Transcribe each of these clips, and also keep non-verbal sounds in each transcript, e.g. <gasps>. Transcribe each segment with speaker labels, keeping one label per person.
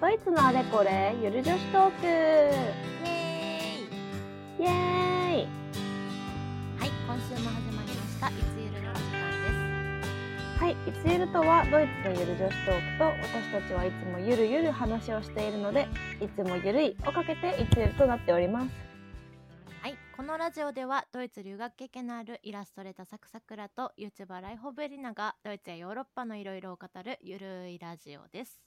Speaker 1: ドイツのあれこれゆる女子トーク
Speaker 2: イエー
Speaker 1: イエーイ
Speaker 2: イはい今週も始まりましたいつゆるのお時間で
Speaker 1: はい、いつゆるとはドイツのゆる女子トークと私たちはいつもゆるゆる話をしているのでいつもゆるいをかけていつゆるとなっております
Speaker 2: すはいこのラジオではドイツ留学経験のあるイラストレーターサクサクラと YouTuber ライホベリナがドイツやヨーロッパのいろいろを語るゆるいラジオです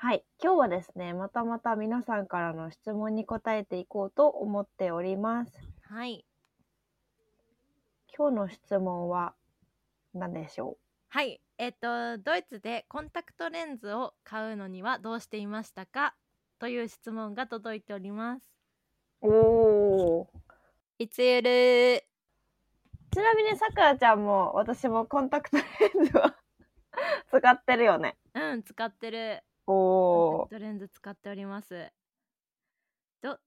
Speaker 1: はい、今日はですね、またまた皆さんからの質問に答えていこうと思っております
Speaker 2: はい
Speaker 1: 今日の質問は何でしょ
Speaker 2: はいえっ、とドイツでコンタクトレンズを買うのにはどうしていましたかという質問が届いております
Speaker 1: うおー
Speaker 2: いつゆる
Speaker 1: ちなみにさくらちゃんも私もコンタクトレンズは <laughs> 使ってるよね。
Speaker 2: うん使ってるコ
Speaker 1: お
Speaker 2: ンタクトレンズ使っております。ど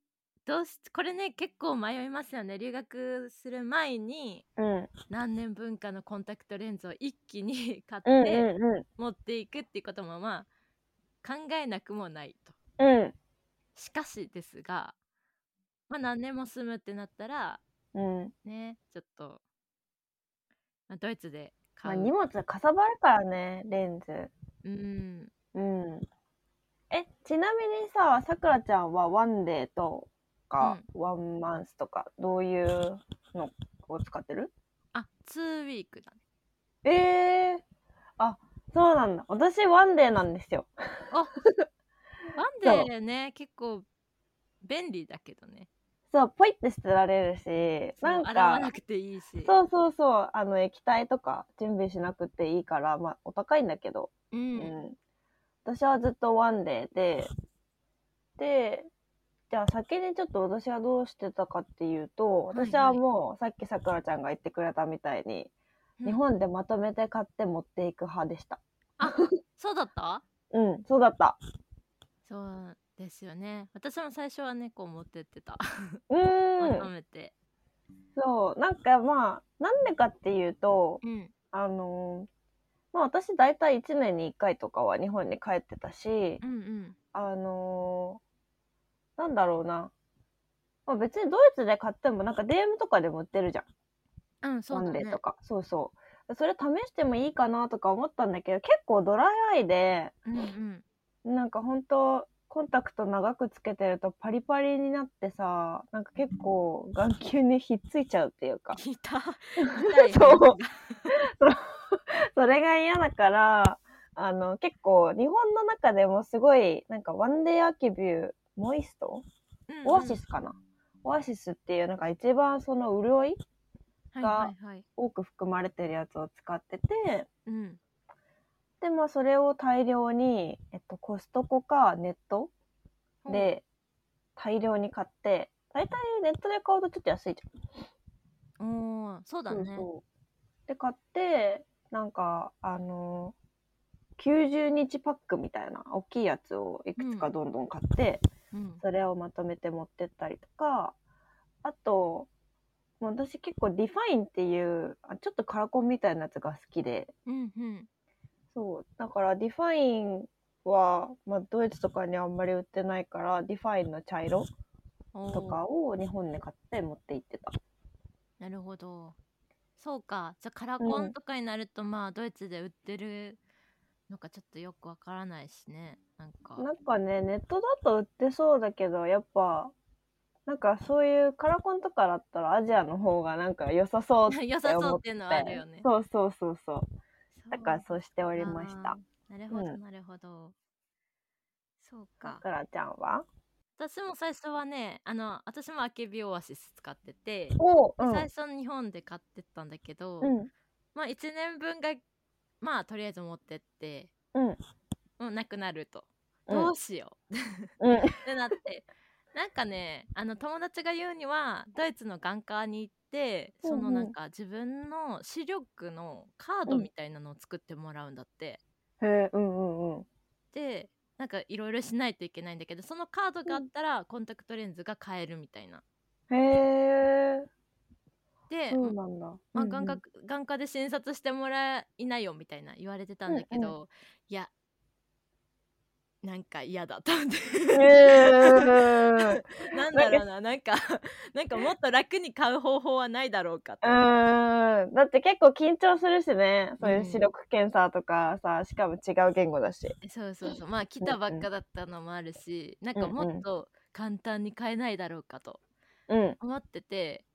Speaker 2: どうしこれね結構迷いますよね留学する前に
Speaker 1: ー。うん。
Speaker 2: 何年分かのコンタクトレンズを一気に <laughs> 買っ
Speaker 1: うん
Speaker 2: て
Speaker 1: う
Speaker 2: 持っていくっていうこともまあ考えなくもないと。
Speaker 1: んうん。
Speaker 2: しかしですが、まあ、何年も住むってなったら
Speaker 1: うん。うん。
Speaker 2: ねちょっと、まあ、ドイツで
Speaker 1: まあ
Speaker 2: 買う、
Speaker 1: 荷物かさばるからね、レンズ。
Speaker 2: うん
Speaker 1: うん。え、ちなみにさ、さくらちゃんはワンデーとか、ワンマンスとか、どういうのを使ってる
Speaker 2: あ2ウィークだね。
Speaker 1: ええあ、そうなんだ。私ワンデーなんですよ。
Speaker 2: ワンデーね結構便利だけどね。
Speaker 1: そう、ポイって捨てられるし、
Speaker 2: そ
Speaker 1: な
Speaker 2: うん洗わ
Speaker 1: か、
Speaker 2: なくていいし
Speaker 1: そうそうそう。あの、液体とか準備しなくていいから、まあ、お高いんだけど、
Speaker 2: う
Speaker 1: うん私はずっとワンデーで、で、じゃあ先にちょっと私はどうしてたかっていうと、
Speaker 2: はいはい
Speaker 1: 私はもう、さっきさくらちゃんが言ってくれたみたいに、
Speaker 2: うん
Speaker 1: 日本でまとめて買って持っていく派でした。
Speaker 2: そうだった
Speaker 1: うん、そうだった。
Speaker 2: そうですよね私も最初は猫を持ってってた
Speaker 1: う
Speaker 2: まと
Speaker 1: ーん、
Speaker 2: めて
Speaker 1: そう。なんかまあ、なんでかっていうと、
Speaker 2: うん
Speaker 1: あのーまあ私大体1年に1回とかは日本に帰ってたし
Speaker 2: う、んうん
Speaker 1: あのーなんだろうな。まあ、別にドイツで買っても、なんか DM とかでも売ってるじゃん。
Speaker 2: うんそう
Speaker 1: ワ
Speaker 2: だ
Speaker 1: ンデ
Speaker 2: ね
Speaker 1: ーとか。そうそう。それ試してもいいかなとか思ったんだけど、結構ドライアイで、
Speaker 2: うんうん
Speaker 1: なんかほんと、コンタクト長くつけてるとパリパリになってさ、なんか結構眼球にひっついちゃうっていうか。
Speaker 2: 聞いた
Speaker 1: そうそれが嫌だから、あの、結構日本の中でもすごい、なんかワンデーアーキビュー、モイストオアシスかな、オアシスっていうなんか一番その潤い
Speaker 2: がはいはいはい
Speaker 1: 多く含まれてるやつを使ってて
Speaker 2: うん
Speaker 1: でまあそれを大量に、えっと、コストコかネットで大量に買って大体ネットで買うとちょっと安いじ
Speaker 2: おおーそう
Speaker 1: ゃ
Speaker 2: だ
Speaker 1: ん。
Speaker 2: ね
Speaker 1: そうそうで買ってなんかあの90日パックみたいな大きいやつをいくつかどんどん買って、
Speaker 2: うん
Speaker 1: それをまとめて持ってったりとかあともう私結構ディファインっていうあちょっとカラコンみたいなやつが好きで
Speaker 2: うんうん
Speaker 1: そうだからディファインは、まあ、ドイツとかにあんまり売ってないからディファインの茶色
Speaker 2: おー
Speaker 1: とかを日本で買って持って行ってた
Speaker 2: なるほどそうかじゃあカラ
Speaker 1: うん
Speaker 2: コンとかになると、まあドイツで売ってるのかちょっとよくわからないしねなんか
Speaker 1: なんかねネットだと売ってそうだけどやっぱなんかそういうカラコンとかだったらアジアの方がなんか良さそうって
Speaker 2: <laughs> 良さそうっていうのはあるよね
Speaker 1: そうそうそうそう
Speaker 2: そう
Speaker 1: だからそうしておりました
Speaker 2: あー。なるほど、
Speaker 1: うん
Speaker 2: なるほど。そう
Speaker 1: さ
Speaker 2: か。
Speaker 1: くらちゃんは
Speaker 2: 私も最初はね、あの、私もアケビオアシス使ってて、
Speaker 1: おうん
Speaker 2: 最初日本で買ってったんだけど、
Speaker 1: うん
Speaker 2: まあ1年分が、まあとりあえず持ってって、
Speaker 1: うん
Speaker 2: もうなくなると。
Speaker 1: うん
Speaker 2: どうしよう
Speaker 1: うん
Speaker 2: ってなって、なんかね、あの友達が言うには、ドイツの眼科に行って、そ
Speaker 1: うんう
Speaker 2: の
Speaker 1: ん
Speaker 2: なんか自分の視力のカードみたいなのを作ってもらうんだって。
Speaker 1: へえうんうんうん
Speaker 2: でなんかいろいろしないといけないんだけどそのカードがあったらコンタクトレンズが買えるみたいな。
Speaker 1: へ
Speaker 2: で、
Speaker 1: えそうなんだ
Speaker 2: まあ、
Speaker 1: うんうん
Speaker 2: 眼科眼科で診察してもらいなよみたいな言われてたんだけど、いやなんか嫌だと思って
Speaker 1: ー
Speaker 2: <laughs> なんだろうななんかなんかもっと楽に買う方法はないだろうかと
Speaker 1: うーんだって結構緊張するしねそういう視力検査とかさしかも違う言語だし
Speaker 2: そうそうそうまあ来たばっかだったのもあるしなんかもっと簡単に買えないだろうかと
Speaker 1: うん
Speaker 2: 思ってて、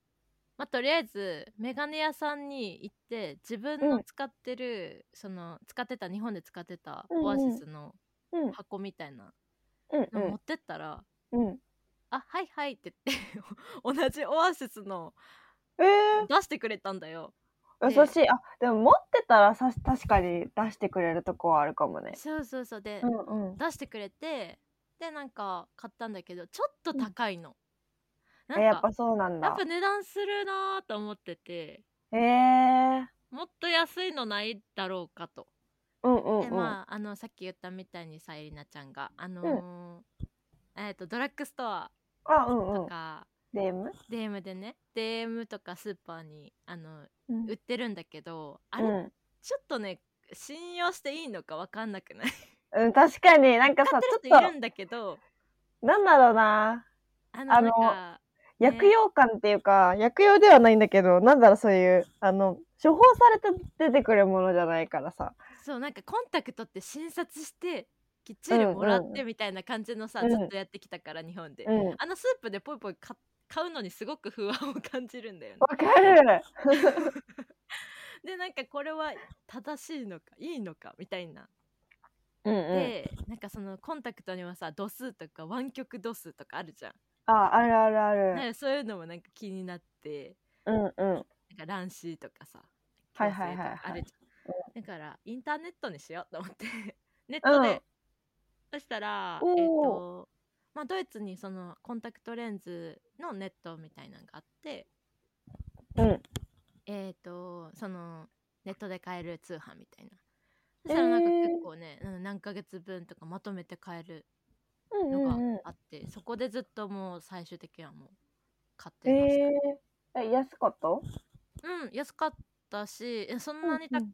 Speaker 2: まあ、とりあえずメガネ屋さんに行って自分の使ってる、その使ってた日本で使ってた
Speaker 1: うんうん
Speaker 2: オアシスの
Speaker 1: うん
Speaker 2: 箱みたいな
Speaker 1: うんう
Speaker 2: の持
Speaker 1: ん
Speaker 2: ってったら「
Speaker 1: うん
Speaker 2: あはいはい」って言って <laughs> 同じオアシスの
Speaker 1: え
Speaker 2: 出してくれたんだよ。
Speaker 1: ー、優しいあでも持ってたらさ確かに出してくれるとこはあるかもね
Speaker 2: そうそうそうで、
Speaker 1: うんうん
Speaker 2: 出してくれてでなんか買ったんだけどちょっと高いの。
Speaker 1: えやっぱそうなん
Speaker 2: やっ
Speaker 1: だ
Speaker 2: ぱ値段するなーと思ってて
Speaker 1: えー、
Speaker 2: もっと安いのないだろうかと。
Speaker 1: うんうん
Speaker 2: で
Speaker 1: うん、
Speaker 2: まああのさっき言ったみたいにさえりなちゃんがあのーえっ、とドラッグストア
Speaker 1: あうんう
Speaker 2: と
Speaker 1: ん
Speaker 2: か、
Speaker 1: デーム
Speaker 2: DM でね DM とかスーパーにあの
Speaker 1: うん
Speaker 2: 売ってるんだけどあ
Speaker 1: う
Speaker 2: れ、
Speaker 1: ん
Speaker 2: ちょっとね信用していいのかわかんなくない
Speaker 1: うん、確かになんか
Speaker 2: 買
Speaker 1: さ
Speaker 2: っ
Speaker 1: ちょって
Speaker 2: る人いる
Speaker 1: と
Speaker 2: んだけど
Speaker 1: なんだろうな
Speaker 2: あの
Speaker 1: あ
Speaker 2: な
Speaker 1: の
Speaker 2: んかね
Speaker 1: 薬用感っていうか、薬用ではないんだけどなんだろうそういうあの処方されて出てくるものじゃないからさ
Speaker 2: そうなんかコンタクトって診察してきっちりもらってみたいな感じのさ、
Speaker 1: うん
Speaker 2: ずっとやってきたから日本で、
Speaker 1: うん
Speaker 2: あのスープでポイポイ買買うのにすごく不安を感じるんだよね
Speaker 1: わかる
Speaker 2: でなんかこれは正しいのかいいのかみたいな、
Speaker 1: うんうん
Speaker 2: でなんかそのコンタクトにはさ度数とか湾曲度数とかあるじゃん、
Speaker 1: ああるあるあ
Speaker 2: なん
Speaker 1: る
Speaker 2: かそういうのもなんか気になって
Speaker 1: うんうん
Speaker 2: なんか乱視とかさ
Speaker 1: はいはいはいはい
Speaker 2: 矯正とかあるじゃんだからインターネットにしようと思って <laughs> ネットで、
Speaker 1: うん
Speaker 2: そしたら
Speaker 1: おー
Speaker 2: えっ、とまあドイツにそのコンタクトレンズのネットみたいなのがあって
Speaker 1: うん
Speaker 2: えっ、とそのネットで買える通販みたいな。そしたらなんか
Speaker 1: えー
Speaker 2: 結構ね、うん何ヶ月分とかまとめて買える
Speaker 1: うん
Speaker 2: の
Speaker 1: うんうん
Speaker 2: があって、そこでずっともう最終的にはもう買ってました、
Speaker 1: えー、え安かった
Speaker 2: うん安かったしえそんなにた、
Speaker 1: うん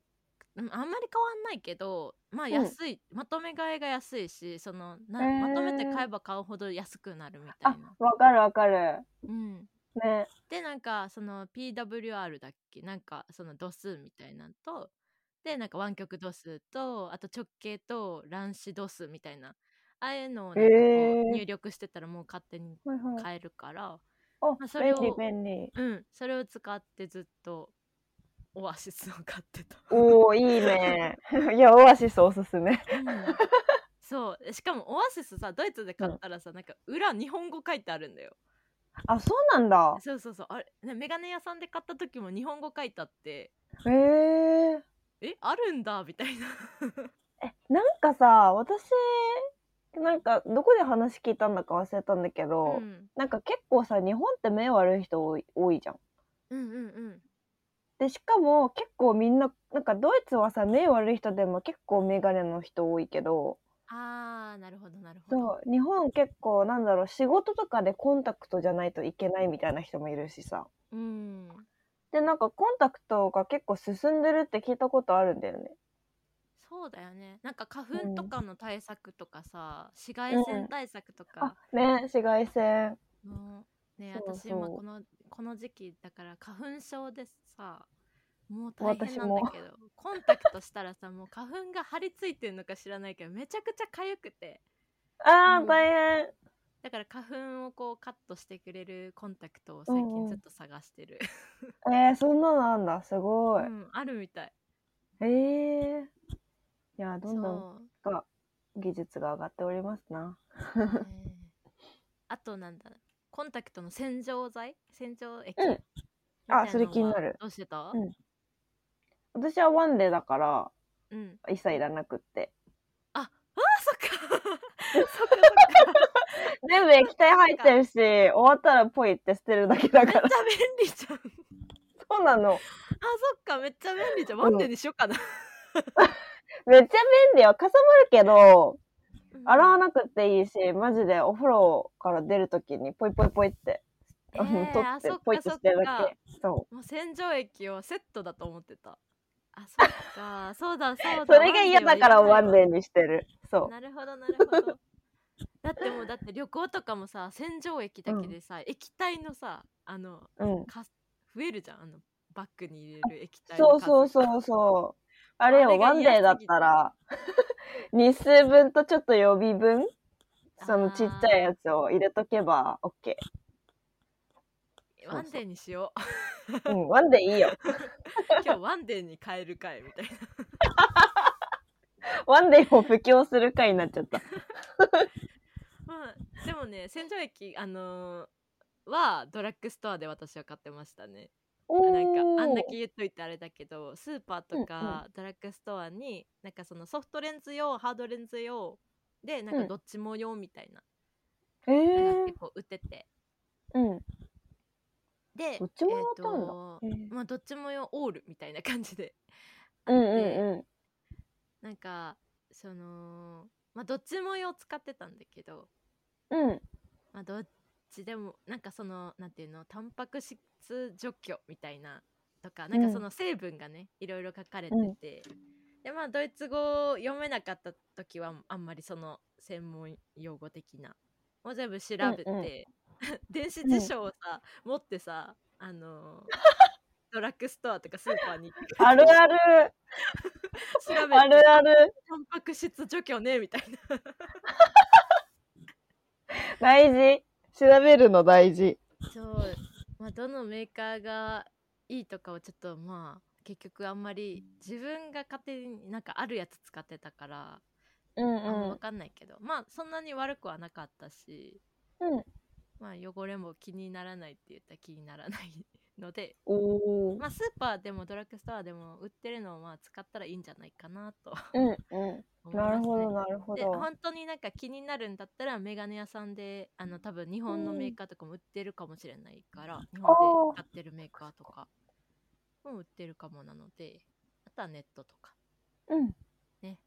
Speaker 2: うんあんまり変わんないけどまあ
Speaker 1: ん
Speaker 2: 安い、まとめ買いが安いしそのな、
Speaker 1: えー
Speaker 2: まとめて買えば買うほど安くなるみた
Speaker 1: あ
Speaker 2: いな、
Speaker 1: わかるわかる
Speaker 2: うん、
Speaker 1: ね
Speaker 2: でなんかその PWR だっけなんかその度数みたいなのとでなんか湾曲度数とあと直径と乱視度数みたいなああいうのをなんかこう
Speaker 1: へー
Speaker 2: 入力してたらもう勝手に
Speaker 1: はいはい
Speaker 2: 変えるから、
Speaker 1: あ
Speaker 2: あそれを
Speaker 1: 便利便利
Speaker 2: うんそれを使ってずっとオアシスを買ってた、
Speaker 1: おおいいね <laughs> いやオアシスおすすめ
Speaker 2: <laughs> うん <laughs> そうしかもオアシスさドイツで買ったらさ、なんか裏日本語書いてあるんだよ
Speaker 1: あそうなんだ
Speaker 2: そうそうそうあれねメガネ屋さんで買った時も日本語書いてあって
Speaker 1: へえー、
Speaker 2: えあるんだみたいな <laughs>
Speaker 1: なんかさ私なんかどこで話聞いたんだか忘れたんだけど、
Speaker 2: ん
Speaker 1: なんか結構さ日本って目悪い人多い多いじゃん。
Speaker 2: うんうんうん
Speaker 1: でしかも結構みんななんかドイツはさ目悪い人でも結構メガネの人多いけど
Speaker 2: あーなるほどなるほど
Speaker 1: そう日本結構なんだろう仕事とかでコンタクトじゃないといけないみたいな人もいるしさ
Speaker 2: うん
Speaker 1: でなんかコンタクトが結構進んでるって聞いたことあるんだよね。
Speaker 2: そうだよねなんか花粉とかの対策とかさ、紫外線対策と
Speaker 1: あ
Speaker 2: か
Speaker 1: ね紫外線
Speaker 2: もうね
Speaker 1: そう
Speaker 2: 私今
Speaker 1: そう
Speaker 2: このこの時期だから花粉症でさもう大変
Speaker 1: 私
Speaker 2: な
Speaker 1: も
Speaker 2: んだけど <laughs> コンタクトしたらさもう花粉が張り付いてるのか知らないけどめちゃくちゃ痒くて
Speaker 1: あー、
Speaker 2: うん
Speaker 1: 大変
Speaker 2: だから花粉をこうカットしてくれるコンタクトを最
Speaker 1: うんう
Speaker 2: 近
Speaker 1: ん
Speaker 2: ずっと探してる、
Speaker 1: えー、そんなのなんだすご
Speaker 2: う
Speaker 1: い、
Speaker 2: ん、あるみたい
Speaker 1: えー、いやどんどん
Speaker 2: そう
Speaker 1: が技術が上がっておりますな。
Speaker 2: えー <laughs> あとなんだコンタクトの洗浄剤洗浄液、
Speaker 1: うん
Speaker 2: みたいのは
Speaker 1: それ気になる
Speaker 2: どうしてた、
Speaker 1: うん私はワンデーだから
Speaker 2: うん
Speaker 1: 一切いらなくって。
Speaker 2: あそっか
Speaker 1: 全部液体入ってるし、終わったらポイって捨てるだけだ
Speaker 2: めっち
Speaker 1: か
Speaker 2: ゃ
Speaker 1: <laughs> ら。
Speaker 2: 便利じゃんあ
Speaker 1: そうなの。
Speaker 2: そっかめっちゃ便利じゃん
Speaker 1: うん
Speaker 2: ワンデーにしようかな、
Speaker 1: めっちゃ便利よ。かさばるけど、洗わ
Speaker 2: な
Speaker 1: なくていいし、マジでお風呂から出るときにポイポイポイって、
Speaker 2: え
Speaker 1: あの
Speaker 2: ー、
Speaker 1: 取っ
Speaker 2: あそってか
Speaker 1: ポイって捨てるだけ。そう。
Speaker 2: もう洗浄液をセットだと思ってたあ、そっか。そうだ、そ
Speaker 1: <laughs>
Speaker 2: うだ。
Speaker 1: それが嫌だからワン
Speaker 2: で
Speaker 1: デーにしてる。そう。
Speaker 2: なるほど、なるほど。だってもう、だって旅行とかもさ、洗浄液だけでさ、液体のさ、あの、
Speaker 1: うん。
Speaker 2: か増えるじゃん。あの、バッグに入れる液体
Speaker 1: そ
Speaker 2: の
Speaker 1: う
Speaker 2: 数
Speaker 1: そうそうそう。あれ
Speaker 2: あ
Speaker 1: を
Speaker 2: れが
Speaker 1: ワンデーだったら、 <laughs> 日数分とちょっと予備分、そのちっちゃいやつを入れとけば <laughs> OK。
Speaker 2: ワンデーにし
Speaker 1: <laughs>
Speaker 2: よう。
Speaker 1: うん、ワンデーいいよ。
Speaker 2: 今日ワンデーに変えるかいみたいな。 <laughs>
Speaker 1: ワンデーを布教する回になっちゃった。
Speaker 2: まあ、でもね、洗浄液、あのーはドラッグストアで私は買ってましたね。あなんかあんだけ言っといてあれだけどスーパーとかドラッグストアになんかそのソフトレンズ用ハードレンズ用でなん
Speaker 1: う
Speaker 2: か
Speaker 1: ん
Speaker 2: どっちも用みたいな、
Speaker 1: え
Speaker 2: なんか
Speaker 1: ー
Speaker 2: 結、構売ってて
Speaker 1: うん。
Speaker 2: で
Speaker 1: どっちも用
Speaker 2: え
Speaker 1: だったんだ
Speaker 2: ーとまあ、どっちも用オールみたいな感じで
Speaker 1: うんうんうん。
Speaker 2: なんかその、まあ、どっちも用使ってたんだけど、
Speaker 1: うん。
Speaker 2: まあ、どっちでもなんかそのなんていうのタンパク質除去みたいなとかなん
Speaker 1: う
Speaker 2: か
Speaker 1: ん
Speaker 2: その成分がね、いろいろ書かれて
Speaker 1: うん
Speaker 2: て、でまあドイツ語を読めなかった時はあんまりその専門用語的なもう全部調べて、
Speaker 1: うんうん
Speaker 2: <laughs> 電子辞書をさ、持ってさあのードラッグストアとかスーパーに行って
Speaker 1: あるある、 <laughs>
Speaker 2: 調べて
Speaker 1: あるある、
Speaker 2: タンパク質除去ねみたいな
Speaker 1: 大事。調べるの大事。
Speaker 2: そう、まあ、どのメーカーがいいとかをちょっとまあ結局あんまり自分が勝手になんかあるやつ使ってたから、
Speaker 1: うんう
Speaker 2: あんま
Speaker 1: ん
Speaker 2: 分。かんないけどまあそんなに悪くはなかったし、
Speaker 1: うん
Speaker 2: まあ、汚れも気にならないって言ったら気にならないので、
Speaker 1: おー
Speaker 2: まあ、スーパーでもドラッグストアでも売ってるのをまあ使ったらいいんじゃないかなと
Speaker 1: うんう
Speaker 2: 思
Speaker 1: ん。
Speaker 2: います、ね。
Speaker 1: なるほどなるほ
Speaker 2: で
Speaker 1: ど。
Speaker 2: 本当になんか気になるんだったらメガネ屋さんであの多分日本のメーカーとかも売ってるかもしれないから、日本で買ってるメーカーとかも売ってるかもなのであとはネットと
Speaker 1: <laughs>
Speaker 2: か、
Speaker 1: うん。
Speaker 2: ね。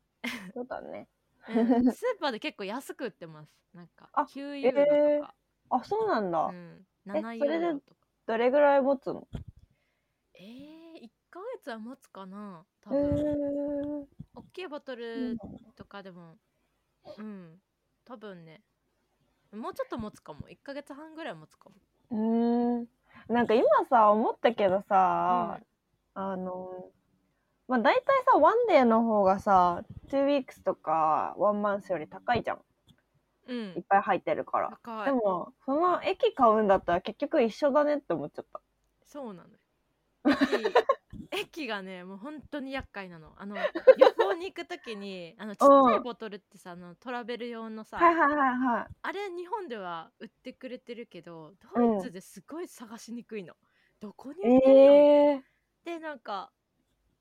Speaker 1: そうだね。
Speaker 2: うんスーパーで結構安く売ってますなんか
Speaker 1: あ
Speaker 2: 9ユーロとか、
Speaker 1: あ、そうなんだ。
Speaker 2: うん、
Speaker 1: え
Speaker 2: 7ユ
Speaker 1: それで
Speaker 2: ーロとか
Speaker 1: どれぐらい持つの
Speaker 2: えー、1ヶ月は持つかな多
Speaker 1: へえ
Speaker 2: 分、大きいボト
Speaker 1: ー
Speaker 2: ル。とかでもうん多分ねもうちょっと持つかも1ヶ月半ぐらい持つかも
Speaker 1: うーん。なんか今さ、思ったけどさ、あの、まあ大体さ、ワンデーの方がさ、2 weeks とか1 month より高いじゃん。
Speaker 2: うん
Speaker 1: いっぱい入ってるから。
Speaker 2: 高い
Speaker 1: でも、その駅買うんだったら結局一緒だねって思っちゃった。
Speaker 2: そ
Speaker 1: <laughs>
Speaker 2: うなのよ駅駅がねもう本当に厄介なのあの <laughs> 旅行に行く時にあのちっちゃいボトルってさあのトラベル用のさ、
Speaker 1: はいはいはいはい。
Speaker 2: あれ日本では売ってくれてるけど
Speaker 1: うん
Speaker 2: ドイツですごい探しにくいの、どこに売ってるの、
Speaker 1: ええ
Speaker 2: でなんか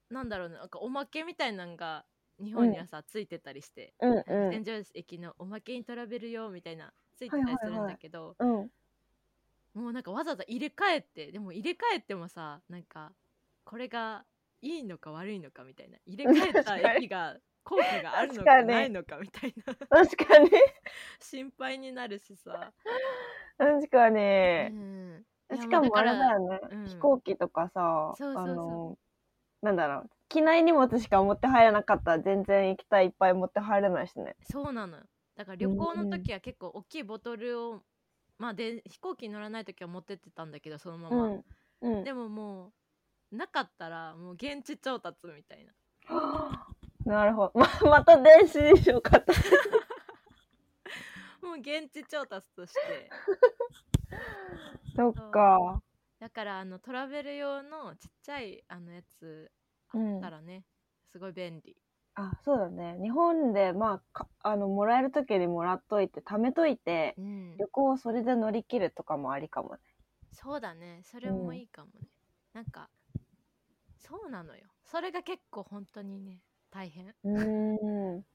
Speaker 2: なんだろうねなんかおまけみたいなんが日本にはさ、ついてたりして
Speaker 1: ー。うん
Speaker 2: 洗浄液のおまけにトラベル用みたいなついてたりするんだけど、
Speaker 1: うん。うん。
Speaker 2: もうなんかわざわざ入れ替えてでも入れ替えてもさなんかこれがいいのか悪いのかみたいな入れ替え
Speaker 1: <laughs>
Speaker 2: た
Speaker 1: 確かに
Speaker 2: 駅が効果があるの
Speaker 1: 確か
Speaker 2: か
Speaker 1: に
Speaker 2: ないのかみたいな
Speaker 1: 確かに。
Speaker 2: 心配になるしさ、
Speaker 1: 確かに。
Speaker 2: うん、いや
Speaker 1: しかもあれだ
Speaker 2: もう
Speaker 1: よね。
Speaker 2: からうん
Speaker 1: 飛行機とかさ、
Speaker 2: そうそうそう
Speaker 1: あの、なんだろう。機内荷物しか持って入らなかったら全然液体いっぱい持って入れないしね。
Speaker 2: そうなのよだから旅行の時は結構大きいボトルを、まあ、で飛行機に乗らない時は持ってってたんだけどそのま
Speaker 1: う
Speaker 2: ま、
Speaker 1: ん。うん。
Speaker 2: でももうなかったらもう現地調達みたいな
Speaker 1: はぁ <gasps> なるほど。ま、 <laughs> また電子辞書
Speaker 2: <laughs>
Speaker 1: 買った。
Speaker 2: もう現地調達として。
Speaker 1: そっか。
Speaker 2: だからあのトラベル用のちっちゃいあのやつあ
Speaker 1: うん
Speaker 2: ったらね、すごい便利
Speaker 1: あ、そうだね。日本で、まあ、かあの、もらえる時にもらっといて、貯めといて、
Speaker 2: うん
Speaker 1: 旅行をそれで乗り切るとかもありか
Speaker 2: <laughs>
Speaker 1: もね。
Speaker 2: そうだねそれもいいかもね、なんかそうなのよそれが結構本当にね大変
Speaker 1: うーん。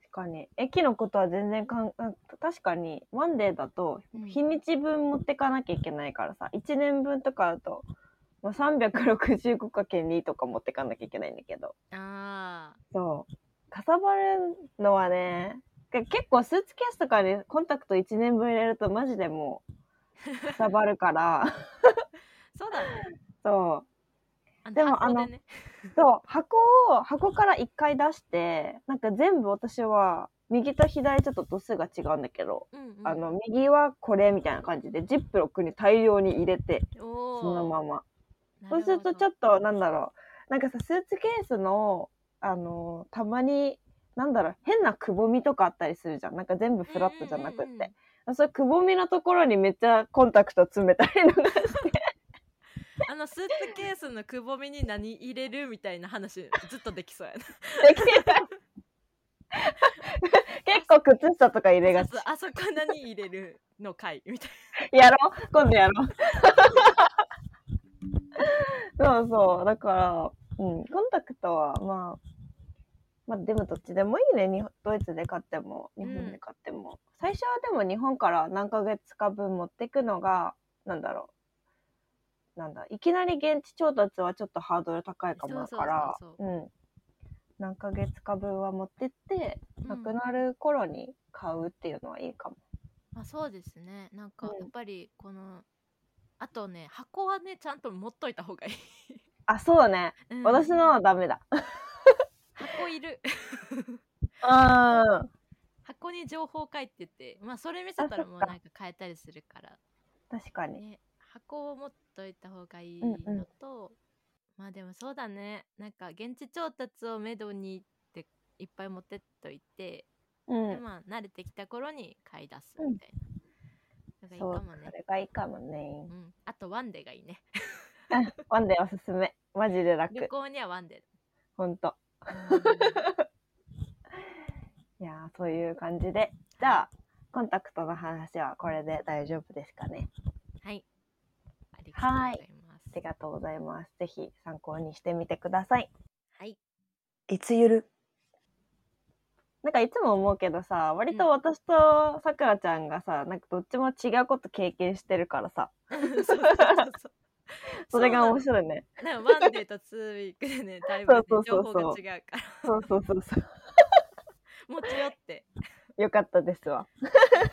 Speaker 1: 確かに。駅のことは全然かん、あ確かに、ワンデーだと
Speaker 2: うん、
Speaker 1: 日にち分持ってかなきゃいけないからさ、1年分とかだと、まあ、365かけ2とか持ってかなきゃいけないんだけど。
Speaker 2: あ
Speaker 1: そう。かさばるのはね、け結構スーツケースとかにコンタクト1年分入れるとマジでもう、かさば
Speaker 2: <laughs>
Speaker 1: るから、
Speaker 2: ーそうだね
Speaker 1: そう。
Speaker 2: あの
Speaker 1: でも
Speaker 2: 箱でね
Speaker 1: そう箱を箱から1回出してなんか全部私は右と左ちょっと度数が違うんだけど、
Speaker 2: うんうん
Speaker 1: あの右はこれみたいな感じでジップロックに大量に入れて
Speaker 2: おー
Speaker 1: そのまま
Speaker 2: な
Speaker 1: そう
Speaker 2: る
Speaker 1: するとちょっ
Speaker 2: と
Speaker 1: となんだろうなんかさスーツケースのあのたまになんだろう変なくぼみとかあったりするじゃんなんか全部フラットじゃなくって、
Speaker 2: うんうんうん
Speaker 1: そういうくぼみのところにめっちゃコンタクト詰めたりとかして
Speaker 2: あのスーツケースのくぼみに何入れるみたいな話ずっとできそうやな
Speaker 1: できない <laughs> 結構靴下とか入れがち
Speaker 2: そうそうあそこ何入れるのかいみたい
Speaker 1: やろう今度や <laughs> ろうそうそうだからうんコンタクトはまあまあでもどっちでもいいねにドイツで買っても日本で買っても、最初はでも日本から何ヶ月か分持ってくのがなんだろうなんだいきなり現地調達はちょっとハードル高いかもだから
Speaker 2: そうそう
Speaker 1: うん何ヶ月か分は持ってって
Speaker 2: な、
Speaker 1: なくなる頃に買うっていうのはいいかも、
Speaker 2: まあそうですねなんか
Speaker 1: うん
Speaker 2: やっぱりこのあとね箱はねちゃんと持っといた方がいい、 <laughs>
Speaker 1: あそうね
Speaker 2: うん
Speaker 1: 私のはダメだ
Speaker 2: 箱いる <laughs>
Speaker 1: ああ、
Speaker 2: 箱に情報書いててまあそれ見せたらも
Speaker 1: あそ
Speaker 2: う
Speaker 1: っか
Speaker 2: なんか変えたりするから
Speaker 1: 確かに。
Speaker 2: ね箱を持っといた方がいい
Speaker 1: うんう
Speaker 2: の
Speaker 1: ん
Speaker 2: と、まあでもそうだねなんか現地調達をめどにっていっぱい持ってっといて、
Speaker 1: う
Speaker 2: で
Speaker 1: ん。
Speaker 2: まあ慣れてきた頃に買い出すみたいな、
Speaker 1: そ
Speaker 2: のがいいうかも、ね
Speaker 1: それがいいかも
Speaker 2: う
Speaker 1: ね。
Speaker 2: ん、あとワンデがいいね
Speaker 1: ワンデーおすすめ。マジで
Speaker 2: 旅
Speaker 1: 楽。
Speaker 2: 行にはワ
Speaker 1: <laughs>
Speaker 2: ンデ、
Speaker 1: ほんと。
Speaker 2: うん
Speaker 1: いやー、そういう感じで。じゃあ、コンタクトの話はこれで大丈夫ですかね。
Speaker 2: はい。ありがとうございます。
Speaker 1: ありがとうございます。ぜひ参考にしてみてください。
Speaker 2: はい。
Speaker 1: いつゆるなんかいつも思うけどさ、割と私とさくらちゃんがさ、なんかどっちも違うこと経験してるからさ、
Speaker 2: <laughs> そうそうそうそう。
Speaker 1: それが面
Speaker 2: い。
Speaker 1: 白いね。
Speaker 2: でもワンデーとツーウィークで <laughs> ね、だいぶ、ね、
Speaker 1: そうそ
Speaker 2: 情
Speaker 1: うそうそ
Speaker 2: 報
Speaker 1: う
Speaker 2: が違うから、
Speaker 1: そうそうそうそ
Speaker 2: 持ち寄って
Speaker 1: う。よかったですわ。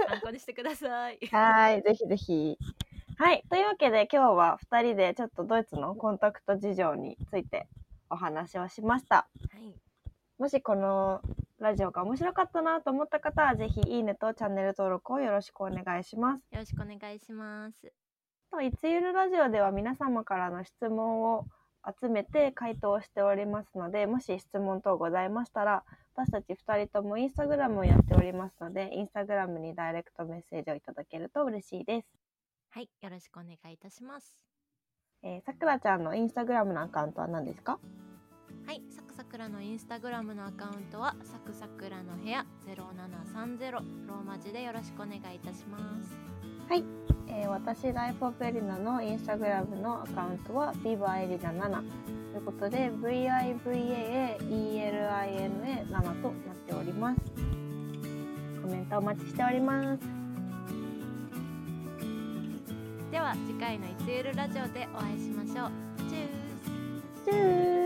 Speaker 2: 参考にしてください。
Speaker 1: はい、ぜひぜひ。はい、というわけで今日は2人でちょっとドイツのコンタクト事情についてお話をしました。
Speaker 2: はい。
Speaker 1: もしこのラジオが面白かったなと思った方は、ぜひいいねとチャンネル登録をよろしくお願いします。
Speaker 2: よろしくお願いします。
Speaker 1: といつゆるラジオでは皆様からの質問を集めて回答をしておりますのでもし質問等ございましたら私たち2人ともインスタグラムをやっておりますのでインスタグラムにダイレクトメッセージをいただけると嬉しいです。
Speaker 2: はい。よろしくお願いいたします。
Speaker 1: えーさくらちゃんのインスタグラムのアカウントは何ですか
Speaker 2: はい。サクサクラのインスタグラムのアカウントは、サクサクラの部屋0730、ローマ字でよろしくお願いいたします。
Speaker 1: えー私ライフオペリナのインスタグラムのアカウントはビバエリナ7ということで VIVAAELINA7 となっておりますコメントお待ちしております
Speaker 2: では、次回のいつゆるラジオでお会いしましょう。チュース
Speaker 1: チュー